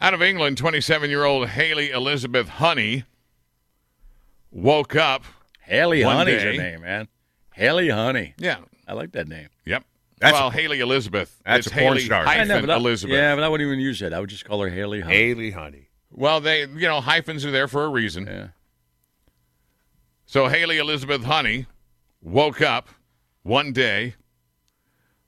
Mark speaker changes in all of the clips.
Speaker 1: Out of England, 27 year old Haley Elizabeth Honey woke up.
Speaker 2: Haley
Speaker 1: One
Speaker 2: Honey's
Speaker 1: day.
Speaker 2: her name, man. Haley Honey.
Speaker 1: Yeah.
Speaker 2: I like that name.
Speaker 1: Yep.
Speaker 3: That's
Speaker 1: well,
Speaker 3: a-
Speaker 1: Haley Elizabeth.
Speaker 3: that's
Speaker 1: it's
Speaker 3: a porn
Speaker 1: Haley
Speaker 3: star.
Speaker 1: hyphen
Speaker 3: I
Speaker 2: know, but I-
Speaker 1: Elizabeth.
Speaker 2: Yeah, but I wouldn't even use that. I would just call her Haley Honey.
Speaker 3: Haley Honey.
Speaker 1: Well, they, you know, hyphens are there for a reason.
Speaker 2: Yeah.
Speaker 1: So Haley Elizabeth Honey woke up one day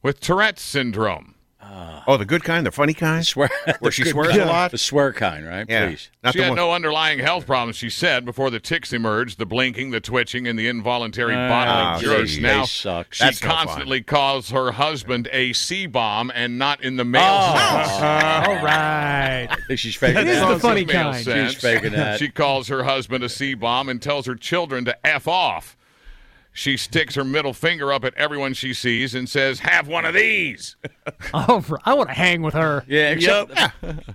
Speaker 1: with Tourette's syndrome.
Speaker 2: Uh-huh.
Speaker 3: Oh, the good kind, the funny
Speaker 2: The
Speaker 3: kind,
Speaker 2: swear,
Speaker 3: where she swears a lot.
Speaker 2: the swear kind, right?
Speaker 3: Yeah,
Speaker 2: Please.
Speaker 3: not
Speaker 1: she
Speaker 3: the
Speaker 1: had
Speaker 3: one.
Speaker 1: no underlying health problems, she said, before the tics emerged, the blinking, the twitching, and the involuntary
Speaker 2: Ah,
Speaker 1: bodily
Speaker 3: oh,
Speaker 1: jerks.
Speaker 3: geez.
Speaker 1: Now,
Speaker 2: They suck.
Speaker 1: she
Speaker 3: That's no fun.
Speaker 1: constantly calls her husband a C-bomb and not in the
Speaker 2: Oh,
Speaker 1: male sense.
Speaker 4: All right.
Speaker 2: I think she's faking
Speaker 4: That is
Speaker 2: that.
Speaker 4: the funny
Speaker 1: Male
Speaker 4: kind.
Speaker 1: sense.
Speaker 2: She's faking that.
Speaker 1: She calls her husband a C-bomb and tells her children to F off. She sticks her middle finger up at everyone she sees and says, have one of these.
Speaker 4: Oh, for, I want to hang with her.
Speaker 2: yeah, except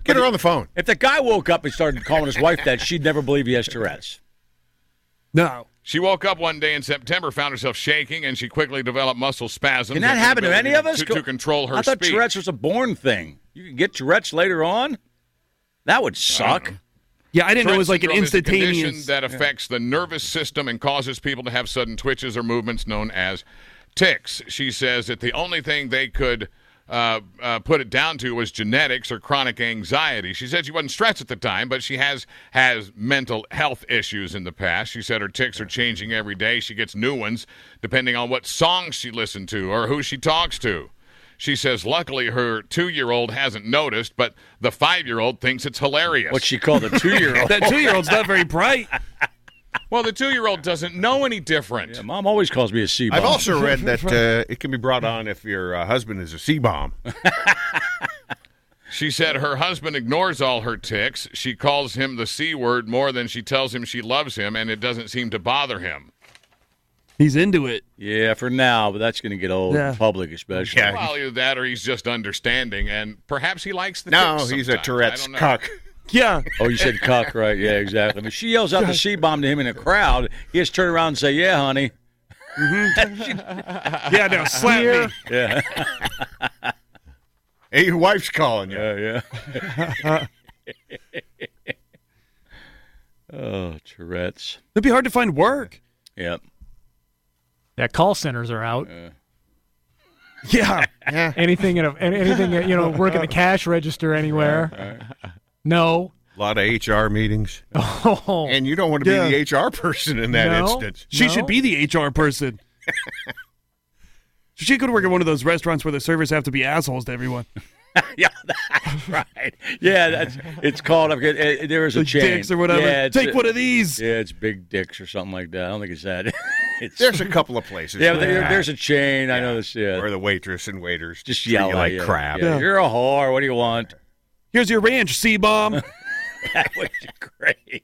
Speaker 3: Get her on the phone.
Speaker 2: if the guy woke up and started calling his wife that, she'd never believe he has Tourette's.
Speaker 4: No.
Speaker 1: She woke up one day in September, found herself shaking, and she quickly developed muscle spasms.
Speaker 2: Can that
Speaker 1: and
Speaker 2: happen to
Speaker 1: inability
Speaker 2: any of us?
Speaker 1: To, to control her
Speaker 2: I thought
Speaker 1: speech.
Speaker 2: Tourette's was a born thing. You can get Tourette's later on. That would suck.
Speaker 4: Yeah, I didn't know it was
Speaker 1: Tourette's
Speaker 4: like
Speaker 1: syndrome
Speaker 4: an
Speaker 1: is a condition
Speaker 4: instantaneous.
Speaker 1: that affects the nervous system and causes people to have sudden twitches or movements known as tics. She says that the only thing they could uh, uh, put it down to was genetics or chronic anxiety. She said she wasn't stressed at the time, but she has has mental health issues in the past. She said her tics are changing every day. She gets new ones depending on what songs she listens to or who she talks to. She says, luckily, her two year old hasn't noticed, but the five year old thinks it's hilarious.
Speaker 2: What she called a two-year-old.
Speaker 4: that two year old's not very bright.
Speaker 1: Well, the two-year-old doesn't know any different.
Speaker 2: Yeah, Mom always calls me a C bomb.
Speaker 3: I've also read that uh, it can be brought on if your uh, husband is a C bomb.
Speaker 1: She said her husband ignores all her ticks. She calls him the C word more than she tells him she loves him, and it doesn't seem to bother him.
Speaker 4: He's into it.
Speaker 2: Yeah, for now, but that's going to get old
Speaker 4: Yeah.
Speaker 2: in public, especially.
Speaker 3: Yeah.
Speaker 1: Well, either that or he's just understanding, and perhaps he likes the
Speaker 3: No,
Speaker 1: ticks
Speaker 3: he's a
Speaker 1: sometimes. I
Speaker 3: Tourette's
Speaker 1: don't know.
Speaker 3: cuck.
Speaker 4: Yeah.
Speaker 2: Oh, you said cuck, right? Yeah, exactly. But she yells out the C bomb to him in a crowd. He has to turn around and say, "Yeah, honey."
Speaker 4: Yeah, no, slap me.
Speaker 2: Yeah,
Speaker 3: Hey, your wife's calling you.
Speaker 2: yeah, yeah. oh, Tourette's.
Speaker 4: It'd be hard to find work.
Speaker 2: Yep.
Speaker 4: Yeah, call centers are out. yeah.
Speaker 3: Yeah.
Speaker 4: Anything in a, any- anything you know, work at the cash register anywhere. No.
Speaker 3: A lot of HR meetings.
Speaker 4: Oh.
Speaker 3: And you don't want to
Speaker 4: Yeah.
Speaker 3: be the HR person in that
Speaker 4: no.
Speaker 3: instance.
Speaker 5: She
Speaker 4: No.
Speaker 5: should be the HR person. she could work at one of those restaurants where the servers have to be assholes to everyone.
Speaker 2: Yeah, that's right. Yeah, that's. It's called. I forget. uh, There is a
Speaker 5: Like
Speaker 2: chain.
Speaker 5: dicks or whatever.
Speaker 2: Yeah, it's-
Speaker 5: Take one of these.
Speaker 2: Yeah, it's big dicks or something like that. I don't think it's that. it's,
Speaker 3: There's a couple of places.
Speaker 2: yeah,
Speaker 3: like
Speaker 2: there,
Speaker 3: that,
Speaker 2: there's a chain. I know this. Yeah,
Speaker 3: where the waitress and waiters
Speaker 2: just
Speaker 3: treat
Speaker 2: yell
Speaker 3: you
Speaker 2: at
Speaker 3: like
Speaker 2: you.
Speaker 3: crap.
Speaker 2: Yeah, You're a whore. What do you want?
Speaker 5: Here's your ranch, C bomb.
Speaker 2: That would be great.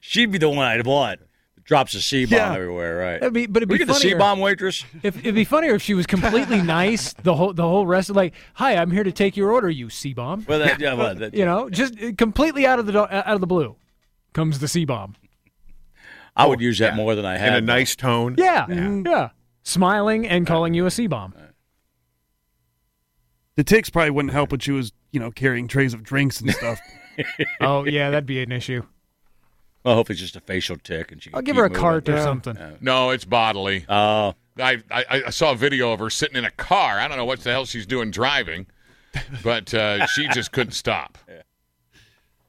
Speaker 2: She'd be the one I'd want. Drops a C bomb
Speaker 4: Yeah.
Speaker 2: everywhere, right?
Speaker 4: That'd be- but it'd
Speaker 2: we
Speaker 4: be
Speaker 2: get the
Speaker 4: funnier.
Speaker 2: C bomb waitress.
Speaker 4: If, it'd be funnier if she was completely nice the whole the whole rest of like, hi, I'm here to take your order, you C bomb.
Speaker 2: Well, that, yeah, well, that,
Speaker 4: You know, just uh, completely out of the do- out of the blue comes the C bomb.
Speaker 2: I would use that more than I
Speaker 3: In
Speaker 2: have.
Speaker 3: a nice tone.
Speaker 4: Yeah, yeah. Mm-hmm. Smiling and calling you a C bomb.
Speaker 5: The ticks probably wouldn't help when she was, you know, carrying trays of drinks and stuff.
Speaker 4: Oh yeah, that'd be an issue.
Speaker 2: Well, hopefully it's just a facial tick, and she. Can
Speaker 4: I'll give
Speaker 2: keep
Speaker 4: her a
Speaker 2: moving.
Speaker 4: cart or something.
Speaker 1: No, it's bodily.
Speaker 2: Oh,
Speaker 1: I, I I saw a video of her sitting in a car. I don't know what the hell she's doing driving, but uh, she just couldn't stop.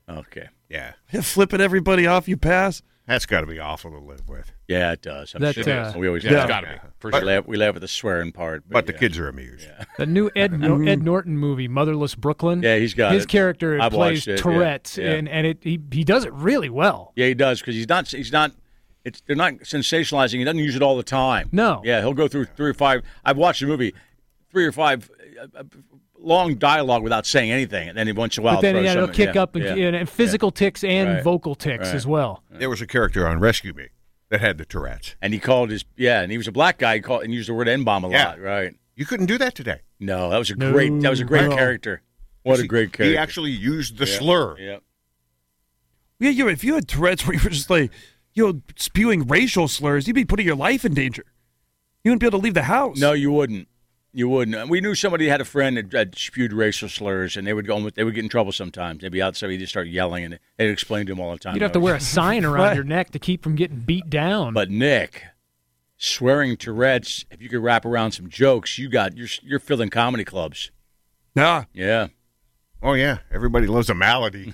Speaker 2: okay.
Speaker 3: Yeah.
Speaker 5: Flipping everybody off you pass.
Speaker 3: That's got to be awful to live with.
Speaker 2: Yeah, it does. I'm
Speaker 4: That,
Speaker 2: sure it
Speaker 4: uh,
Speaker 2: is. we always
Speaker 1: Yeah,
Speaker 2: laugh.
Speaker 1: it's got to be. For
Speaker 2: we,
Speaker 1: sure.
Speaker 2: laugh, we laugh at the swearing part,
Speaker 3: But
Speaker 2: but,
Speaker 3: the
Speaker 2: yeah.
Speaker 3: kids are amused.
Speaker 4: The new Ed Nor- Ed Norton movie, Motherless Brooklyn.
Speaker 2: Yeah, he's got
Speaker 4: his
Speaker 2: it.
Speaker 4: character
Speaker 2: I've
Speaker 4: plays
Speaker 2: watched it, yeah,
Speaker 4: Tourette's,
Speaker 2: yeah.
Speaker 4: and and it he, he does it really well.
Speaker 2: Yeah, he does because he's not. He's not. It's they're not sensationalizing. He doesn't use it all the time.
Speaker 4: No.
Speaker 2: Yeah, he'll go through three or five. I've watched the movie, three or five uh, uh, long dialogue without saying anything, and then once in a while,
Speaker 4: But then
Speaker 2: throw
Speaker 4: yeah, it'll
Speaker 2: something-
Speaker 4: kick
Speaker 2: yeah,
Speaker 4: up and,
Speaker 2: yeah.
Speaker 4: and, and physical ticks and
Speaker 2: Right.
Speaker 4: vocal ticks as well.
Speaker 3: There was a character on Rescue Me that had the Tourette's.
Speaker 2: And he called his yeah, and he was a black guy. He called and used the word n bomb a
Speaker 3: Yeah.
Speaker 2: lot, right?
Speaker 3: You couldn't do that today.
Speaker 2: No, that was a great. That was a great
Speaker 4: No.
Speaker 2: character. What a
Speaker 3: He-
Speaker 2: great character.
Speaker 3: He actually used the slur.
Speaker 2: Yeah.
Speaker 5: Yeah, you if you had Tourette's where you were just like, you know, spewing racial slurs, you'd be putting your life in danger. You wouldn't be able to leave the house.
Speaker 2: No, you wouldn't. You wouldn't. We knew somebody had a friend that, that spewed racial slurs, and they would go. on with- They would get in trouble sometimes. They'd be outside, they'd just start yelling, and they'd explain to him all the time.
Speaker 4: You'd have to wear a sign around
Speaker 5: Right.
Speaker 4: your neck to keep from getting beat down.
Speaker 2: But Nick, swearing Tourette's. If you could wrap around some jokes, you got you're you're filling comedy clubs.
Speaker 5: Nah.
Speaker 2: Yeah.
Speaker 3: Oh yeah, everybody loves a malady.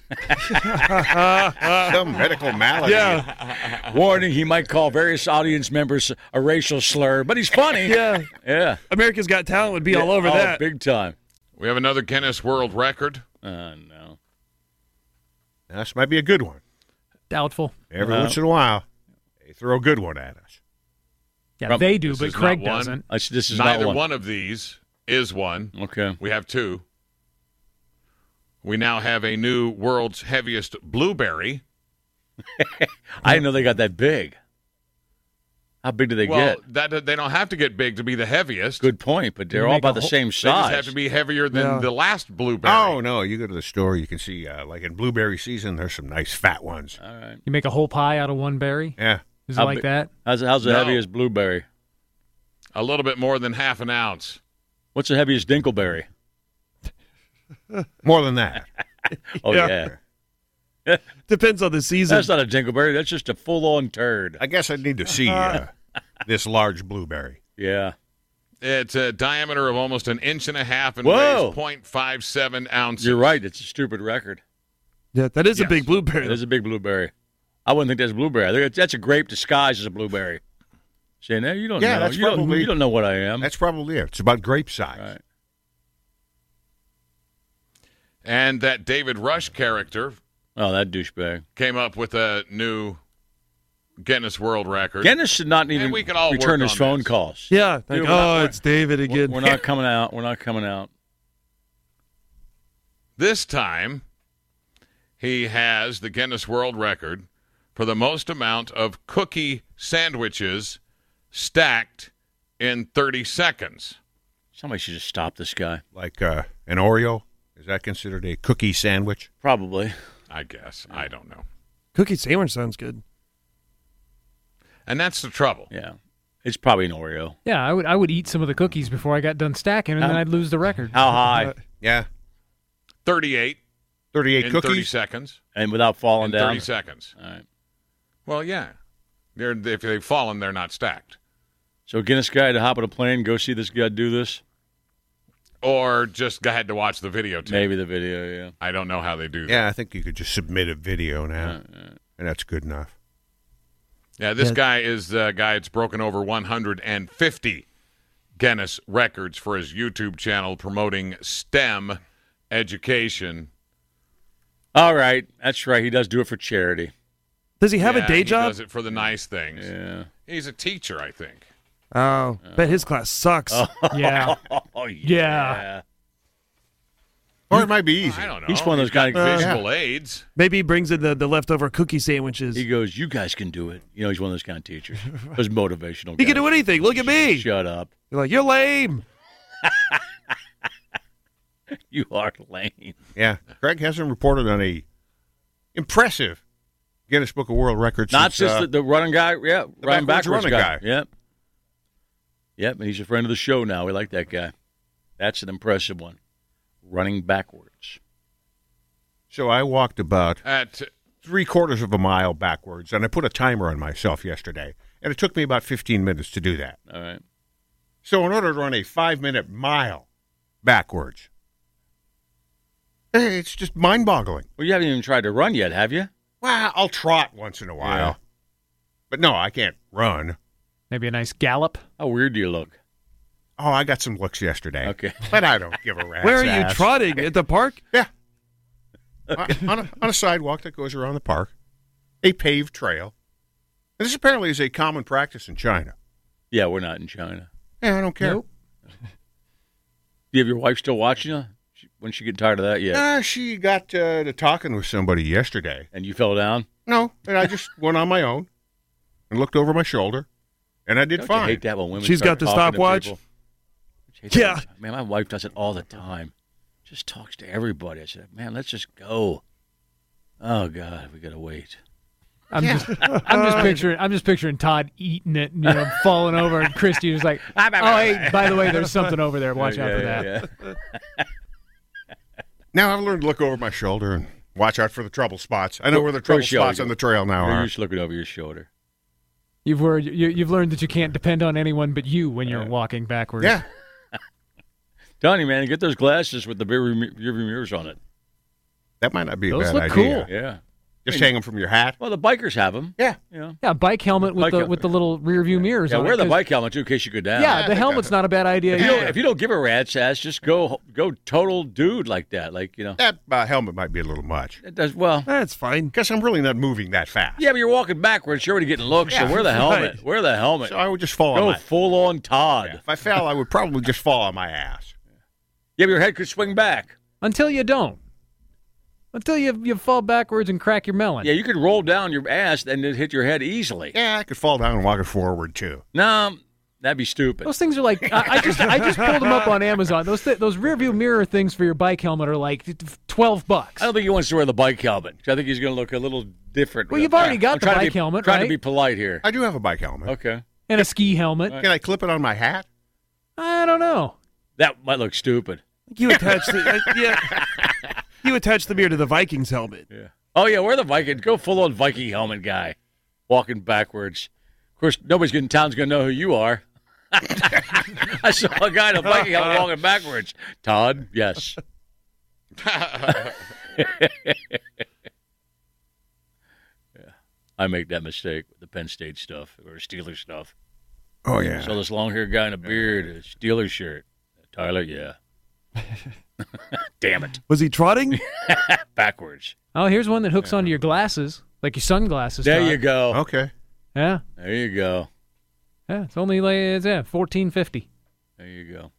Speaker 3: Some medical malady.
Speaker 5: Yeah.
Speaker 2: Warning: He might call various audience members a racial slur, but he's funny.
Speaker 5: Yeah.
Speaker 2: Yeah.
Speaker 5: America's Got Talent would be all over
Speaker 2: Oh,
Speaker 5: that.
Speaker 2: big time.
Speaker 1: We have another Guinness World Record.
Speaker 2: Uh, no.
Speaker 3: This might be a good one.
Speaker 4: Doubtful.
Speaker 3: Every
Speaker 2: No.
Speaker 3: once in a while, they throw a good one at us.
Speaker 4: Yeah,
Speaker 2: Prob-
Speaker 4: they do,
Speaker 1: This
Speaker 4: but
Speaker 1: is not
Speaker 4: Craig
Speaker 1: one.
Speaker 4: doesn't.
Speaker 2: This, this is
Speaker 1: Neither
Speaker 2: not
Speaker 1: one. of these is one.
Speaker 2: Okay.
Speaker 1: We have two. We now have a new world's heaviest blueberry.
Speaker 2: I didn't know they got that big. How big do they
Speaker 1: well,
Speaker 2: get?
Speaker 1: that they don't have to get big to be the heaviest.
Speaker 2: Good point, but they're
Speaker 4: They
Speaker 2: all
Speaker 4: make
Speaker 2: about
Speaker 4: a
Speaker 2: the
Speaker 4: whole-
Speaker 2: same
Speaker 1: They just
Speaker 2: size.
Speaker 1: have to be heavier than
Speaker 5: Yeah.
Speaker 1: the last blueberry.
Speaker 3: Oh no, you go to the store, you can see uh, like in blueberry season, there's some nice fat ones.
Speaker 2: all right.
Speaker 4: You make a whole pie out of one berry.
Speaker 3: Yeah,
Speaker 4: Is it
Speaker 2: How
Speaker 4: like
Speaker 2: big-
Speaker 4: that?
Speaker 2: How's, how's the
Speaker 1: No.
Speaker 2: heaviest blueberry?
Speaker 1: A little bit more than half an ounce.
Speaker 2: What's the heaviest dinkleberry?
Speaker 3: more than that.
Speaker 2: Oh yeah,
Speaker 5: Yeah. Depends on the season.
Speaker 2: that's not a dinkleberry. That's just a full-on turd.
Speaker 3: I guess I need to see uh, this large blueberry.
Speaker 2: Yeah.
Speaker 1: It's a diameter of almost an inch and a half and
Speaker 2: Whoa.
Speaker 1: weighs 0.57 ounces.
Speaker 2: You're right. It's a stupid record.
Speaker 5: yeah, that is
Speaker 1: Yes.
Speaker 5: a big blueberry.
Speaker 2: There's a big blueberry. I wouldn't think that's a blueberry. I think that's a grape disguised as a blueberry. Saying, "Hey, you don't
Speaker 3: Yeah,
Speaker 2: know.
Speaker 3: that's
Speaker 2: you, don't,
Speaker 3: probably-
Speaker 2: you don't know what I am."
Speaker 3: That's probably it. It's about grape size.
Speaker 2: right.
Speaker 1: And that David Rush character
Speaker 2: Oh, that douchebag.
Speaker 1: came up with a new Guinness World Record.
Speaker 2: Guinness should not even
Speaker 1: And we can all
Speaker 2: return
Speaker 1: work
Speaker 2: his
Speaker 1: on
Speaker 2: phone
Speaker 1: this.
Speaker 2: calls.
Speaker 5: yeah. Like,
Speaker 2: Dude, we're not-
Speaker 5: oh, it's David
Speaker 2: We're,
Speaker 5: again.
Speaker 2: we're not coming out. We're not coming out.
Speaker 1: This time, he has the Guinness World Record for the most amount of cookie sandwiches stacked in 30 seconds.
Speaker 2: Somebody should just stop this guy.
Speaker 3: Like uh, an Oreo. Is that considered a cookie sandwich?
Speaker 2: Probably.
Speaker 1: I guess. I don't know.
Speaker 5: Cookie sandwich sounds good.
Speaker 1: And that's the trouble.
Speaker 2: Yeah. It's probably an Oreo.
Speaker 4: Yeah, I would. I would eat some of the cookies before I got done stacking, and then
Speaker 2: Um,
Speaker 4: I'd lose the record.
Speaker 2: How high?
Speaker 3: Yeah,
Speaker 1: 38
Speaker 3: thirty-eight
Speaker 1: in 30
Speaker 3: cookies.
Speaker 1: seconds.
Speaker 2: And without falling
Speaker 1: in
Speaker 2: down.
Speaker 1: 30 seconds.
Speaker 2: All right.
Speaker 1: Well, yeah. They're, if they've fallen, they're not stacked.
Speaker 2: So Guinness guy to hop on a plane, go see this guy do this.
Speaker 1: Or just had to watch the videotape.
Speaker 2: Maybe the video. Yeah.
Speaker 1: I don't know how they do that.
Speaker 3: yeah, I think you could just submit a video now, and that's good enough.
Speaker 1: Yeah, this
Speaker 5: Yeah.
Speaker 1: guy is the guy that's broken over 150 Guinness records for his YouTube channel promoting STEM education.
Speaker 2: All right. That's right. He does do it for charity.
Speaker 5: Does he have
Speaker 1: Yeah,
Speaker 5: a day
Speaker 1: he
Speaker 5: job?
Speaker 1: does it for the nice things.
Speaker 2: Yeah.
Speaker 1: He's a teacher, I think.
Speaker 5: Oh, bet his class sucks.
Speaker 4: yeah,
Speaker 2: Oh
Speaker 4: Yeah.
Speaker 3: Or it might be easy.
Speaker 1: I don't know.
Speaker 2: He's one of those
Speaker 1: He's
Speaker 2: guys.
Speaker 1: got visual aids.
Speaker 5: Maybe he brings in the, the leftover cookie sandwiches.
Speaker 2: He
Speaker 5: He,
Speaker 2: goes, "You guys can do it." You know, he's one of those kind of teachers. Those motivational.
Speaker 5: can
Speaker 2: guys.
Speaker 5: do anything. Look at me.
Speaker 2: Shut up.
Speaker 5: You're like, you're lame.
Speaker 2: You are lame.
Speaker 3: Yeah, Craig hasn't reported on a impressive Guinness Book of World Records.
Speaker 2: Not
Speaker 3: since,
Speaker 2: just
Speaker 3: uh,
Speaker 2: the, the running guy. Yeah, Ryan
Speaker 3: backwards
Speaker 2: backwards,
Speaker 3: running
Speaker 2: guy.
Speaker 3: guy.
Speaker 2: Yep. Yep, and he's a friend of the show now. We like that guy. That's an impressive one. Running backwards.
Speaker 3: so I walked about
Speaker 1: At
Speaker 3: three quarters of a mile backwards, and I put a timer on myself yesterday, and it took me about fifteen minutes to do that.
Speaker 2: All right.
Speaker 3: So in order to run a five-minute mile backwards, eh, it's just mind-boggling.
Speaker 2: Well, you haven't even tried to run yet, have you?
Speaker 3: Well, I'll trot once in a while,
Speaker 2: Yeah.
Speaker 3: but no, I can't run.
Speaker 4: maybe a nice gallop.
Speaker 2: How weird do you look?
Speaker 3: Oh, I got some looks yesterday.
Speaker 2: Okay.
Speaker 3: But I don't give a rat's
Speaker 5: Where are you
Speaker 3: ass.
Speaker 5: trotting? At the park?
Speaker 3: Yeah. On- on, a, on a sidewalk that goes around the park, a paved trail. And this apparently is a common practice in China.
Speaker 2: Yeah, we're not in China.
Speaker 3: Yeah, I don't care.
Speaker 4: Nope.
Speaker 2: Do you have your wife still watching you? She- When she get tired of that, yeah.
Speaker 3: Ah, she got uh, to talking with somebody yesterday.
Speaker 2: And you fell down.
Speaker 3: No, and I just went on my own and looked over my shoulder, and I did
Speaker 2: Don't you
Speaker 3: fine.
Speaker 2: hate that when women.
Speaker 5: She's
Speaker 2: start
Speaker 5: got the
Speaker 2: talking to
Speaker 5: stopwatch.
Speaker 2: people? Don't you hate that
Speaker 5: Yeah.
Speaker 2: all the time? man, my wife does it all the time. Just talks to everybody. I said, man, let's just go. Oh God, we gotta wait.
Speaker 4: I'm just, I'm just picturing, I'm just picturing Todd eating it, and, you know, falling over, and Christy was like, "Oh, hey, by the way, there's something over there. Watch out for that."
Speaker 3: Now I've learned to look over my shoulder and watch out for the trouble spots. I know where the trouble
Speaker 2: First, y'all
Speaker 3: spots
Speaker 2: go.
Speaker 3: on the trail now
Speaker 2: You're
Speaker 3: are.
Speaker 2: just looking over your shoulder.
Speaker 4: You've wor- you, you've learned that you can't depend on anyone but you when you're walking backwards.
Speaker 3: Yeah.
Speaker 2: Donnie, man, get those glasses with the rear view rear view mirrors on it.
Speaker 3: That might not be a
Speaker 4: Those
Speaker 3: bad
Speaker 4: look
Speaker 3: idea.
Speaker 4: cool.
Speaker 2: Yeah.
Speaker 3: Just hang them from your hat.
Speaker 2: Well, the bikers have them.
Speaker 3: Yeah.
Speaker 2: Yeah.
Speaker 4: yeah, bike helmet with
Speaker 2: Bike
Speaker 4: the
Speaker 2: helmet.
Speaker 4: with the little rear view mirrors.
Speaker 2: Yeah,
Speaker 4: on it,
Speaker 2: wear the
Speaker 4: 'cause-
Speaker 2: bike helmet too in case you go down.
Speaker 4: Yeah, the helmet's not a bad idea.
Speaker 2: If you,
Speaker 4: either.
Speaker 2: don't, if you don't give a rat's ass, just go go total dude like that. Like you know,
Speaker 3: That uh, helmet might be a little much.
Speaker 2: it does well.
Speaker 5: That's fine.
Speaker 3: Guess I'm really not moving that fast.
Speaker 2: Yeah, but you're walking backwards. You're already getting looks. so wear the helmet.
Speaker 5: right.
Speaker 2: Wear the helmet.
Speaker 3: So I would just fall on
Speaker 2: go
Speaker 3: my
Speaker 2: full on Todd.
Speaker 3: If I fell, I would probably just fall on my ass.
Speaker 2: Yeah, but your head could swing back.
Speaker 4: until you don't, until you you fall backwards and crack your melon.
Speaker 2: Yeah, you could roll down your ass and it hit your head easily.
Speaker 3: Yeah, I could fall down and walk it forward too.
Speaker 2: No, that'd be stupid.
Speaker 4: Those things are like I, I just I just pulled them up on Amazon. Those th- those rear view mirror things for your bike helmet are like twelve bucks.
Speaker 2: I don't think he wants to wear the bike helmet. 'cause I think he's going to look a little different.
Speaker 4: Well,
Speaker 2: with
Speaker 4: you've
Speaker 2: it.
Speaker 4: already
Speaker 2: I'm
Speaker 4: got the
Speaker 2: trying to
Speaker 4: bike
Speaker 2: be-
Speaker 4: helmet,
Speaker 2: Trying
Speaker 4: right?
Speaker 2: to be polite here.
Speaker 3: I do have a bike helmet.
Speaker 2: Okay,
Speaker 4: and a ski helmet.
Speaker 3: Can I clip it on my hat?
Speaker 4: I don't know.
Speaker 2: that might look stupid.
Speaker 5: You attach the uh, yeah. You attach the mirror to the Vikings helmet.
Speaker 2: Yeah. Oh yeah, wear the Viking. Go full on Viking helmet guy, walking backwards. Of course, nobody's in town's going to know who you are. I saw a guy in a Viking helmet walking backwards. Todd, yes. I make that mistake with the Penn State stuff or Steelers stuff.
Speaker 3: Oh yeah.
Speaker 2: Saw this long haired guy in a beard, a Steelers shirt. Tyler, yeah. Damn it.
Speaker 5: Was he trotting?
Speaker 2: Backwards.
Speaker 4: Oh, here's one that hooks onto your glasses, like your sunglasses.
Speaker 2: There
Speaker 4: Todd.
Speaker 2: you go.
Speaker 3: okay.
Speaker 4: Yeah,
Speaker 2: There you go.
Speaker 4: yeah. It's only like it's, yeah, fourteen fifty.
Speaker 2: There you go.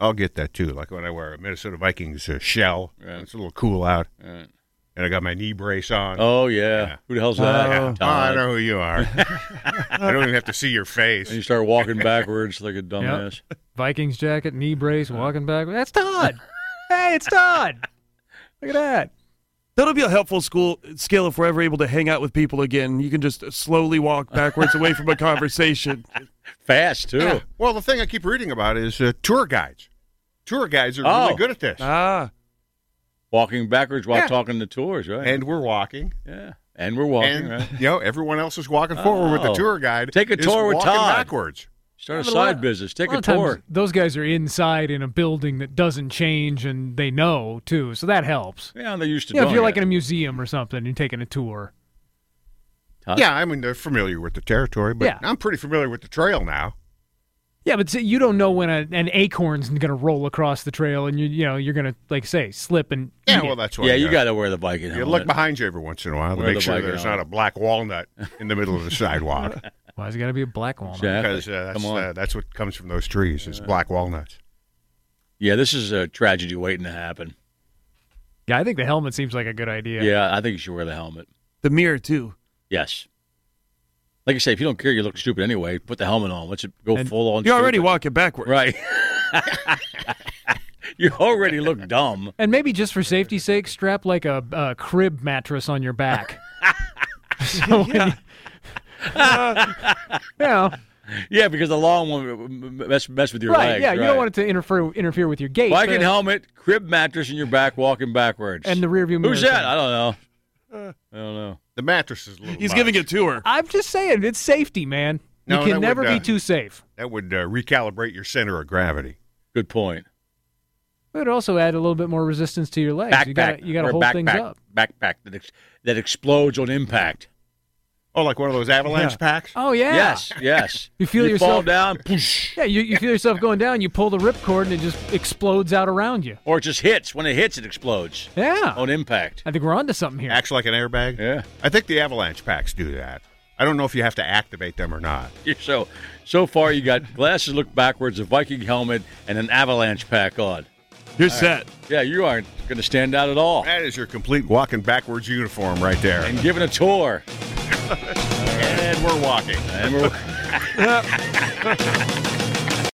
Speaker 3: I'll get that too. Like when I wear a Minnesota Vikings uh, shell,
Speaker 2: Right.
Speaker 3: it's a little cool out,
Speaker 2: All right.
Speaker 3: and I got my knee brace on.
Speaker 2: Oh yeah.
Speaker 3: Yeah.
Speaker 2: Who the hell's that?
Speaker 3: Yeah. Oh, I
Speaker 2: Todd.
Speaker 3: know who you are. I don't even have to see your
Speaker 2: and you
Speaker 3: face.
Speaker 2: start walking backwards like a dumbass.
Speaker 4: Vikings jacket, knee brace, walking back. That's Todd. hey, it's Todd. Look at that.
Speaker 5: That'll be a helpful school skill if we're ever able to hang out with people again. You can just slowly walk backwards away from a conversation.
Speaker 2: Fast too.
Speaker 3: Yeah. Well, the thing I keep reading about is uh, tour guides. Tour guides are
Speaker 2: Oh.
Speaker 3: really good at this.
Speaker 5: Ah,
Speaker 2: Walking backwards while
Speaker 3: Yeah.
Speaker 2: talking to tours, right?
Speaker 3: and we're walking,
Speaker 2: yeah. And we're walking,
Speaker 3: and
Speaker 2: right?
Speaker 3: you know everyone else is walking forward with the
Speaker 2: Oh.
Speaker 3: tour guide.
Speaker 2: Take a
Speaker 3: is
Speaker 2: tour with
Speaker 3: walking
Speaker 2: Todd.
Speaker 3: backwards.
Speaker 2: Start a
Speaker 4: Well, a
Speaker 2: side
Speaker 4: lot-
Speaker 2: business. Take
Speaker 4: lot
Speaker 2: a
Speaker 4: of times
Speaker 2: tour.
Speaker 4: Those guys are inside in a building that doesn't change, and they know too, so that helps.
Speaker 2: Yeah, they used to.
Speaker 4: You know, if
Speaker 2: doing
Speaker 4: you're like
Speaker 2: it.
Speaker 4: in a museum or something, you're taking a tour.
Speaker 2: Todd?
Speaker 3: Yeah, I mean they're familiar with the territory, but
Speaker 4: Yeah.
Speaker 3: I'm pretty familiar with the trail now.
Speaker 4: Yeah, but see, you don't know when a, an acorn's going to roll across the trail, and you you know you're going to like say slip and
Speaker 3: Yeah,
Speaker 4: eat it.
Speaker 3: well that's why.
Speaker 2: yeah, you got to wear the Viking
Speaker 3: You
Speaker 2: helmet.
Speaker 3: look behind you every once in a while to
Speaker 2: Wear
Speaker 3: make
Speaker 2: the
Speaker 3: sure
Speaker 2: bike
Speaker 3: there's
Speaker 2: helmet.
Speaker 3: not a black walnut in the middle of the sidewalk
Speaker 4: Why is it got to be a black walnut?
Speaker 2: Exactly.
Speaker 3: because uh, that's,
Speaker 2: Come on.
Speaker 3: uh, that's what comes from those trees is black walnuts.
Speaker 2: yeah, this is a tragedy waiting to happen.
Speaker 4: Yeah, I think the helmet seems like a good
Speaker 2: Yeah.
Speaker 4: idea.
Speaker 2: I think you should wear the helmet.
Speaker 5: the mirror too.
Speaker 2: Yes. Like I say, if you don't care, you look stupid anyway. Put the helmet on. Let's go
Speaker 4: And-
Speaker 2: full on.
Speaker 5: You're already
Speaker 2: stupid.
Speaker 5: walking backwards.
Speaker 2: right. you already look dumb.
Speaker 4: And maybe just for safety's sake, strap like a, a crib mattress on your back. so yeah. You, you know,
Speaker 2: Yeah, because the long one will mess mess with your
Speaker 4: right?
Speaker 2: legs.
Speaker 4: yeah, you don't want it to interfere interfere with your gait.
Speaker 2: Viking
Speaker 4: but-
Speaker 2: helmet, crib mattress in your back, walking backwards.
Speaker 4: and the rearview mirror.
Speaker 2: who's that?
Speaker 4: thing.
Speaker 2: I don't know. I don't know.
Speaker 3: The mattress is a little.
Speaker 5: He's
Speaker 3: much.
Speaker 5: giving a tour.
Speaker 4: I'm just saying, it's safety, man.
Speaker 3: No,
Speaker 4: you
Speaker 3: that
Speaker 4: can
Speaker 3: would,
Speaker 4: never
Speaker 3: uh,
Speaker 4: be too safe.
Speaker 3: that would uh, recalibrate your center of gravity.
Speaker 2: Good point.
Speaker 4: It would also add a little bit more resistance to your legs.
Speaker 2: Backpack.
Speaker 4: you gotta, you gotta
Speaker 2: Or
Speaker 4: hold
Speaker 2: backpack,
Speaker 4: things up.
Speaker 2: Backpack that ex- that explodes on impact.
Speaker 3: Oh, like one of those avalanche packs.
Speaker 4: Oh yeah.
Speaker 2: Yes, yes.
Speaker 4: You feel
Speaker 2: fall
Speaker 4: yourself-
Speaker 2: down, poosh,
Speaker 4: Yeah, you, you feel yourself going down. You pull the ripcord, and it just explodes out around you.
Speaker 2: or it just hits. When it hits, it explodes
Speaker 4: Yeah.
Speaker 2: on impact.
Speaker 4: I think we're onto something here.
Speaker 3: Acts like an airbag.
Speaker 2: Yeah,
Speaker 3: I think the avalanche packs do that. I don't know if you have to activate them or not.
Speaker 2: You're so so far you got glasses look backwards, a Viking helmet, and an avalanche pack on.
Speaker 5: You're set.
Speaker 2: Yeah, you aren't going to stand out at all.
Speaker 3: That is your complete walking backwards uniform right there.
Speaker 2: And giving a tour,
Speaker 3: And we're walking.
Speaker 2: and we're.